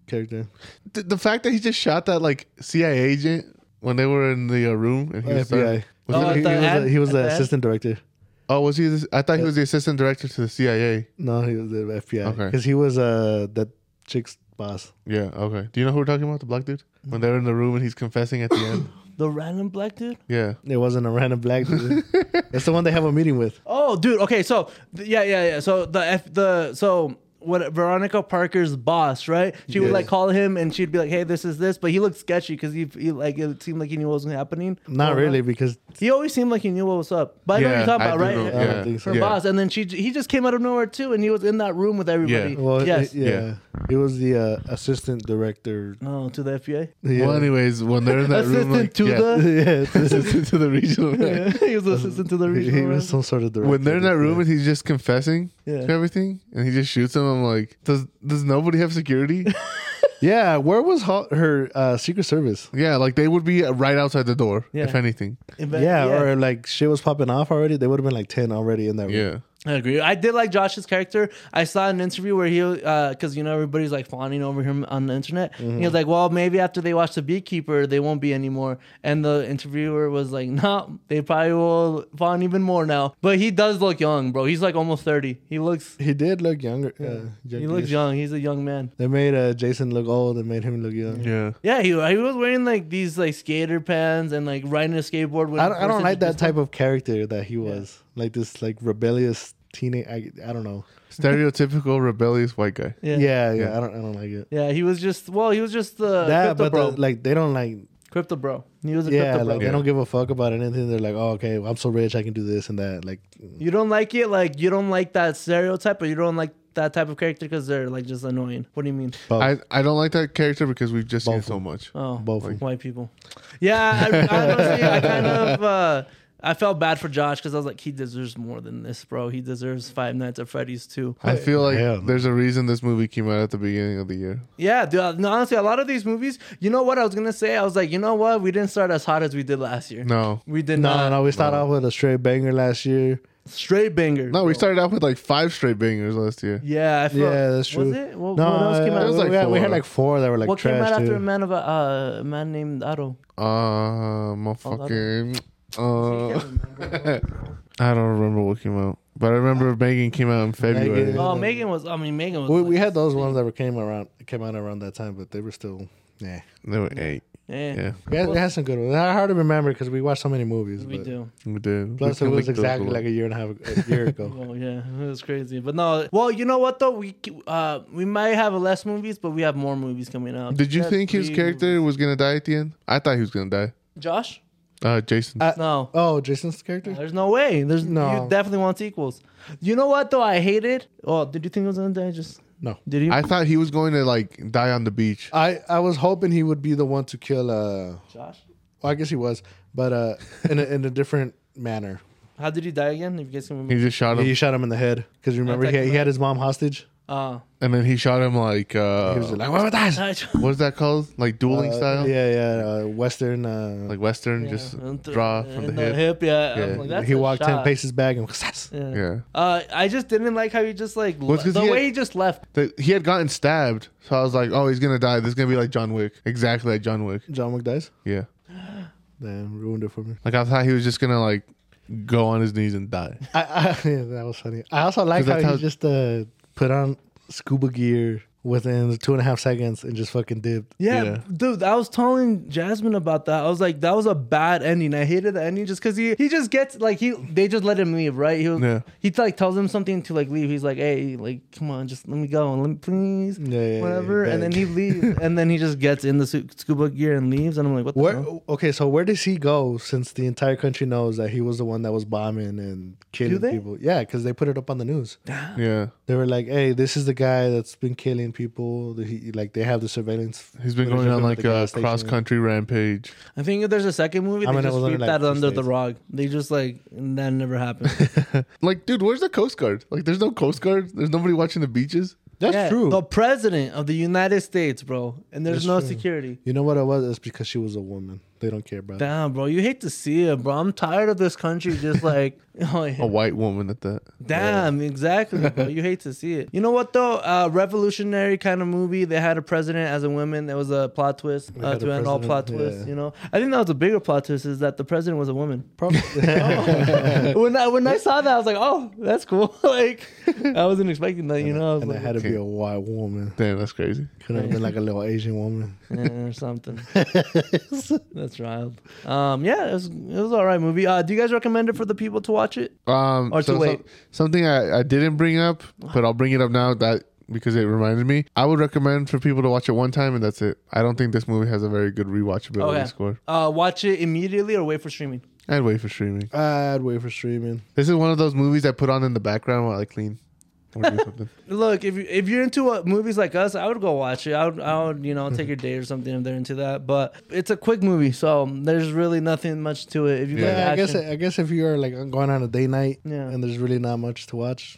[SPEAKER 3] character?
[SPEAKER 1] Th- the fact that he just shot that like CIA agent when they were in the uh, room and he was
[SPEAKER 3] FBI.
[SPEAKER 1] Was
[SPEAKER 2] Oh,
[SPEAKER 1] it-
[SPEAKER 2] I
[SPEAKER 3] he, he
[SPEAKER 2] thought-
[SPEAKER 3] was
[SPEAKER 2] and-
[SPEAKER 3] the, he was the
[SPEAKER 2] and-
[SPEAKER 3] assistant director.
[SPEAKER 1] oh, was he? The, I thought he was the assistant director to the CIA.
[SPEAKER 3] No, he was the FBI
[SPEAKER 1] Okay.
[SPEAKER 3] because he was uh that chick's boss.
[SPEAKER 1] Yeah. Okay. Do you know who we're talking about? The black dude when they're in the room and he's confessing at the end.
[SPEAKER 2] The random black dude.
[SPEAKER 1] Yeah.
[SPEAKER 3] It wasn't a random black dude. it's the one they have a meeting with.
[SPEAKER 2] Oh, dude. Okay, so th- yeah, yeah, yeah. So the F, the so what Veronica Parker's boss, right? She would
[SPEAKER 3] Yeah.
[SPEAKER 2] like call him and she'd be like, "Hey, this is this," but he looked sketchy because he, he like it seemed like he knew what was happening.
[SPEAKER 3] Not
[SPEAKER 2] Or-
[SPEAKER 3] really because
[SPEAKER 2] He always seemed like he knew what was up. But I know what
[SPEAKER 1] yeah,
[SPEAKER 2] you're talking
[SPEAKER 1] I
[SPEAKER 2] about,
[SPEAKER 1] do
[SPEAKER 2] right?
[SPEAKER 1] know-
[SPEAKER 3] I don't
[SPEAKER 1] Yeah.
[SPEAKER 3] think so.
[SPEAKER 2] Her
[SPEAKER 1] yeah.
[SPEAKER 2] boss, and then she j- he just came out of nowhere too, and he was in that room with everybody.
[SPEAKER 1] Yeah.
[SPEAKER 3] well,
[SPEAKER 2] yes.
[SPEAKER 3] it- yeah, he was the uh, assistant director.
[SPEAKER 2] No, Oh, to the FBA.
[SPEAKER 3] Yeah.
[SPEAKER 1] Well, anyways, when they're in that room,
[SPEAKER 2] Assistant
[SPEAKER 1] like,
[SPEAKER 2] to
[SPEAKER 1] yeah.
[SPEAKER 2] the-
[SPEAKER 3] yeah,
[SPEAKER 1] assistant to the regional. man.
[SPEAKER 2] he was assistant to the
[SPEAKER 3] he, he
[SPEAKER 2] regional.
[SPEAKER 3] was
[SPEAKER 2] manager.
[SPEAKER 3] some sort of director.
[SPEAKER 1] When they're in that room and he's just confessing
[SPEAKER 2] Yeah.
[SPEAKER 1] to everything, and he just shoots him, I'm like, does does nobody have security?
[SPEAKER 3] yeah, where was her, her uh, secret service?
[SPEAKER 1] yeah, like they would be right outside the door,
[SPEAKER 2] Yeah.
[SPEAKER 1] if anything.
[SPEAKER 2] Event-
[SPEAKER 3] Yeah, or like shit was popping off already. They would have been like ten already in that room.
[SPEAKER 1] Yeah,
[SPEAKER 2] I agree. I did like Josh's character. I saw an interview where he, because you know everybody's like fawning over him on the internet.
[SPEAKER 3] Mm-hmm.
[SPEAKER 2] He was like, "Well, maybe after they watch the Beekeeper, they won't be anymore." And the interviewer was like, "No, they probably will fawn even more now." But he does look young, bro. He's like almost thirty. He looks,
[SPEAKER 3] He did look younger. Uh,
[SPEAKER 2] he looks
[SPEAKER 3] youngish.
[SPEAKER 2] young. He's a young man.
[SPEAKER 3] They made uh, Jason look old and made him look young.
[SPEAKER 1] yeah.
[SPEAKER 2] Yeah, he, he was wearing like these like skater pants and like riding a skateboard. When
[SPEAKER 3] I
[SPEAKER 2] he
[SPEAKER 3] don't, I
[SPEAKER 2] first
[SPEAKER 3] don't like that
[SPEAKER 2] introduced him.
[SPEAKER 3] type of character that he was. Like this, like rebellious teenage. I, I don't know.
[SPEAKER 1] Stereotypical rebellious white guy.
[SPEAKER 2] Yeah.
[SPEAKER 3] Yeah,
[SPEAKER 2] yeah,
[SPEAKER 3] yeah. I don't. I don't like it.
[SPEAKER 2] He was just well, he was just the
[SPEAKER 3] that,
[SPEAKER 2] Uh, crypto
[SPEAKER 3] but
[SPEAKER 2] bro.
[SPEAKER 3] the, like they don't like.
[SPEAKER 2] crypto bro. He was a
[SPEAKER 3] Yeah,
[SPEAKER 2] crypto bro.
[SPEAKER 3] like they don't give a fuck about anything. They're like, oh, okay, well, I'm so rich, I can do this and that. Like,
[SPEAKER 2] You don't like it, like you don't like that stereotype, or you don't like that type of character because they're like just annoying. What do you mean?
[SPEAKER 3] both,
[SPEAKER 1] I, I don't like that character because we've just seen
[SPEAKER 3] Both.
[SPEAKER 1] so much.
[SPEAKER 2] Oh,
[SPEAKER 3] both. of them.
[SPEAKER 2] white people. Yeah, I, I honestly, I kind of. Uh, I felt bad for Josh because I was like, he deserves more than this, bro. He deserves Five Nights at Freddy's too.
[SPEAKER 1] I feel like
[SPEAKER 3] Damn.
[SPEAKER 1] there's a reason this movie came out at the beginning of the year.
[SPEAKER 2] Yeah, dude. uh, No, honestly, a lot of these movies. You know what I was gonna say? I was like, you know what? We didn't start as hot as we did last year.
[SPEAKER 1] No.
[SPEAKER 2] We did
[SPEAKER 3] No,
[SPEAKER 2] not.
[SPEAKER 3] no, we started off with a straight banger last year.
[SPEAKER 2] Straight banger.
[SPEAKER 1] No, we
[SPEAKER 2] bro.
[SPEAKER 1] started out with like five straight bangers last year.
[SPEAKER 2] Yeah, I feel,
[SPEAKER 3] Yeah, that's true.
[SPEAKER 2] Was it? What,
[SPEAKER 3] no,
[SPEAKER 2] what else came
[SPEAKER 3] uh,
[SPEAKER 2] out?
[SPEAKER 1] It was
[SPEAKER 3] we,
[SPEAKER 1] like
[SPEAKER 3] had, we had
[SPEAKER 1] four.
[SPEAKER 3] like four that were like
[SPEAKER 2] what came
[SPEAKER 3] trash.
[SPEAKER 2] out after
[SPEAKER 3] too.
[SPEAKER 2] a man of a uh, a man named Otto?
[SPEAKER 1] Uh, my fucking. Uh, I don't remember what came out, but I remember Megan came out in February.
[SPEAKER 3] Megan.
[SPEAKER 2] Oh, Megan was. I mean, Megan was.
[SPEAKER 3] we,
[SPEAKER 2] like,
[SPEAKER 3] we had those ones that were came around came out around that time, but they were still yeah.
[SPEAKER 1] There were eight.
[SPEAKER 2] eh,
[SPEAKER 1] Yeah,
[SPEAKER 3] We had, we had some good ones. I hard to remember because we watched so many movies.
[SPEAKER 2] we
[SPEAKER 3] but-
[SPEAKER 2] do.
[SPEAKER 1] we did.
[SPEAKER 3] Plus,
[SPEAKER 1] We
[SPEAKER 3] it
[SPEAKER 1] can link
[SPEAKER 3] was
[SPEAKER 1] those
[SPEAKER 3] exactly
[SPEAKER 1] below.
[SPEAKER 3] like a year and a half ago, a year ago.
[SPEAKER 2] Oh yeah, it was crazy. But no, well, you know what though? We uh we might have less movies, but we have more movies coming out.
[SPEAKER 1] Did you
[SPEAKER 2] Yeah,
[SPEAKER 1] think his
[SPEAKER 2] we-
[SPEAKER 1] character was gonna die at the end? I thought he was gonna die.
[SPEAKER 2] Josh?
[SPEAKER 1] Uh, Jason.
[SPEAKER 3] Uh,
[SPEAKER 2] No.
[SPEAKER 3] oh, Jason's character.
[SPEAKER 2] There's no way. There's
[SPEAKER 3] No.
[SPEAKER 2] You definitely want sequels. You know what though? I hated. Oh, did you think it was gonna die? Just
[SPEAKER 3] No,
[SPEAKER 2] did you?
[SPEAKER 1] I thought he was going to like die on the beach.
[SPEAKER 3] I I was hoping he would be the one to kill. Uh,
[SPEAKER 2] Josh,
[SPEAKER 3] well, I guess he was, but uh, in a, in a different manner.
[SPEAKER 2] how did he die again? If you guys can remember.
[SPEAKER 1] He just shot him.
[SPEAKER 3] He shot him in the head because remember he, he had his mom hostage.
[SPEAKER 2] Uh,
[SPEAKER 1] and then he shot him like uh,
[SPEAKER 3] He was like, "What was that?"
[SPEAKER 1] what is that called? Like dueling
[SPEAKER 3] Uh,
[SPEAKER 1] style,
[SPEAKER 3] Yeah, yeah, uh, Western. Uh,
[SPEAKER 1] like Western,
[SPEAKER 2] yeah,
[SPEAKER 1] just
[SPEAKER 2] and th-
[SPEAKER 1] draw from the
[SPEAKER 2] in
[SPEAKER 1] hip.
[SPEAKER 2] yeah. I'm
[SPEAKER 1] Yeah.
[SPEAKER 2] like, that's
[SPEAKER 3] he
[SPEAKER 2] a
[SPEAKER 3] walked ten
[SPEAKER 2] shot.
[SPEAKER 3] paces back and was
[SPEAKER 2] Yeah.
[SPEAKER 1] Yeah,
[SPEAKER 2] Uh, I just didn't like how he just like
[SPEAKER 1] Well, it's
[SPEAKER 2] le-
[SPEAKER 1] 'cause
[SPEAKER 2] the
[SPEAKER 1] he had-
[SPEAKER 2] way he just left.
[SPEAKER 1] The- he had gotten stabbed, so I was like, "Oh, he's gonna die. This is gonna be like John Wick, exactly like John Wick."
[SPEAKER 3] John Wick dies.
[SPEAKER 1] Yeah,
[SPEAKER 3] Damn, ruined it for me.
[SPEAKER 1] like I thought he was just gonna like go on his knees and die.
[SPEAKER 3] I, I, yeah, that was funny. I also like
[SPEAKER 1] 'Cause
[SPEAKER 3] how,
[SPEAKER 1] that's how-
[SPEAKER 3] he just uh, put on scuba gear within two and a half seconds and just fucking dipped.
[SPEAKER 2] Yeah,
[SPEAKER 1] Yeah.
[SPEAKER 2] dude, I was telling Jasmine about that. I was like, that was a bad ending. I hated the ending just because he he just gets like he they just let him leave, right? He was,
[SPEAKER 1] Yeah.
[SPEAKER 2] he like tells him something to like leave. He's like, hey, like come on, just let me go, let me please,
[SPEAKER 3] Yeah, yeah, yeah,
[SPEAKER 2] whatever.
[SPEAKER 3] yeah.
[SPEAKER 2] and then he leaves, and then he just gets in the su- scuba gear and leaves. And I'm like, what? The
[SPEAKER 3] Where?
[SPEAKER 2] hell?
[SPEAKER 3] Okay, so where does he go? Since the entire country knows that he was the one that was bombing and killing
[SPEAKER 2] they?
[SPEAKER 3] people. Yeah, because they put it up on the news.
[SPEAKER 1] Yeah,
[SPEAKER 3] They were like, "Hey, this is the guy that's been killing people." The- He, like they have the surveillance.
[SPEAKER 1] he's been
[SPEAKER 3] footage
[SPEAKER 1] going
[SPEAKER 3] of
[SPEAKER 1] on
[SPEAKER 3] him at
[SPEAKER 1] like
[SPEAKER 3] the
[SPEAKER 1] a
[SPEAKER 3] gas station.
[SPEAKER 1] cross country rampage.
[SPEAKER 2] I think if there's a second movie,
[SPEAKER 3] I
[SPEAKER 2] they
[SPEAKER 3] mean, it
[SPEAKER 2] just
[SPEAKER 3] was only,
[SPEAKER 2] sweep
[SPEAKER 3] like,
[SPEAKER 2] that
[SPEAKER 3] two
[SPEAKER 2] under the
[SPEAKER 3] states.
[SPEAKER 2] rug. They just like and that never happened.
[SPEAKER 1] Like, dude, where's the Coast Guard? Like, there's no Coast Guard. There's nobody watching the beaches.
[SPEAKER 3] That's
[SPEAKER 2] Yeah,
[SPEAKER 3] true.
[SPEAKER 2] The president of the United States, bro, and there's
[SPEAKER 3] That's
[SPEAKER 2] no
[SPEAKER 3] true.
[SPEAKER 2] security.
[SPEAKER 3] You know what it was? It's because she was a woman. They don't care about. it.
[SPEAKER 2] Damn, bro, you hate to see it, bro. I'm tired of this country just like, oh, yeah.
[SPEAKER 1] A white woman at that.
[SPEAKER 2] damn, exactly, bro. You hate to see it. You know what though? Uh, revolutionary kind of movie. They had a president as a woman. There was a plot twist uh,
[SPEAKER 3] had a
[SPEAKER 2] to end all
[SPEAKER 3] president,
[SPEAKER 2] plot twists.
[SPEAKER 3] yeah.
[SPEAKER 2] You know, I think that was a bigger plot twist is that the president was a woman. Oh.
[SPEAKER 3] Probably.
[SPEAKER 2] when I when I saw that, I was like, oh, that's cool. like, I wasn't expecting that. You know, I was
[SPEAKER 3] and it
[SPEAKER 2] like,
[SPEAKER 3] had to be a white woman.
[SPEAKER 1] Damn, that's crazy.
[SPEAKER 3] Could have been like a little Asian woman.
[SPEAKER 2] eh, or something. That's wild. Um, yeah, it was it was all right movie. Uh, do you guys recommend it for the people to watch it?
[SPEAKER 1] Um,
[SPEAKER 2] Or to
[SPEAKER 1] so-
[SPEAKER 2] wait.
[SPEAKER 1] something I, I didn't bring up, but I'll bring it up now that because it reminded me. I would recommend for people to watch it one time and that's it. I don't think this movie has a very good rewatchability
[SPEAKER 2] Okay.
[SPEAKER 1] score.
[SPEAKER 2] Uh, watch it immediately or wait for streaming.
[SPEAKER 1] I'd wait for streaming.
[SPEAKER 3] I'd wait for streaming.
[SPEAKER 1] This is one of those movies I put on in the background while I clean or do something.
[SPEAKER 2] Look, if you if you're into uh, movies like us, I would go watch it. I would, I would you know take your date or something if they're into that. But it's a quick movie, so there's really nothing much to it. If you like
[SPEAKER 1] Yeah,
[SPEAKER 3] Yeah, I guess
[SPEAKER 2] action.
[SPEAKER 3] I guess if you are like going on a day night
[SPEAKER 2] Yeah.
[SPEAKER 3] and there's really not much to watch,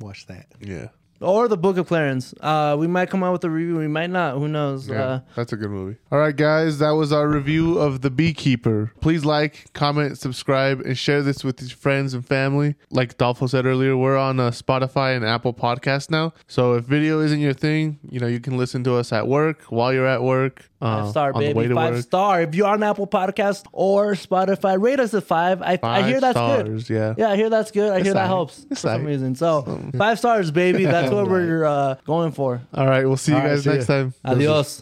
[SPEAKER 3] watch that.
[SPEAKER 1] Yeah.
[SPEAKER 2] or the Book of Clarence. Uh, we might come out with a review. We might not. Who knows?
[SPEAKER 1] Yeah,
[SPEAKER 2] Uh,
[SPEAKER 1] that's a good movie. All right, guys, that was our review of The Beekeeper. Please like, comment, subscribe, and share this with your friends and family. Like Dolfo said earlier, we're on uh, Spotify and Apple Podcasts now. So if video isn't your thing, you know you can listen to us at work while you're at work. Uh,
[SPEAKER 2] Five star,
[SPEAKER 1] on the way
[SPEAKER 2] baby.
[SPEAKER 1] to
[SPEAKER 2] Five
[SPEAKER 1] work.
[SPEAKER 2] star. If you're on Apple Podcast or Spotify, rate us a five. I, I hear that's good.
[SPEAKER 1] stars, Yeah.
[SPEAKER 2] Yeah, I hear that's good. I hear that
[SPEAKER 1] aight.
[SPEAKER 2] helps
[SPEAKER 1] It's
[SPEAKER 2] for some
[SPEAKER 1] aight.
[SPEAKER 2] reason. So five stars, baby. That's what we're uh, going for.
[SPEAKER 1] All right, we'll see you
[SPEAKER 3] All right,
[SPEAKER 1] guys
[SPEAKER 3] see
[SPEAKER 1] next
[SPEAKER 3] ya.
[SPEAKER 1] time.
[SPEAKER 2] Adios.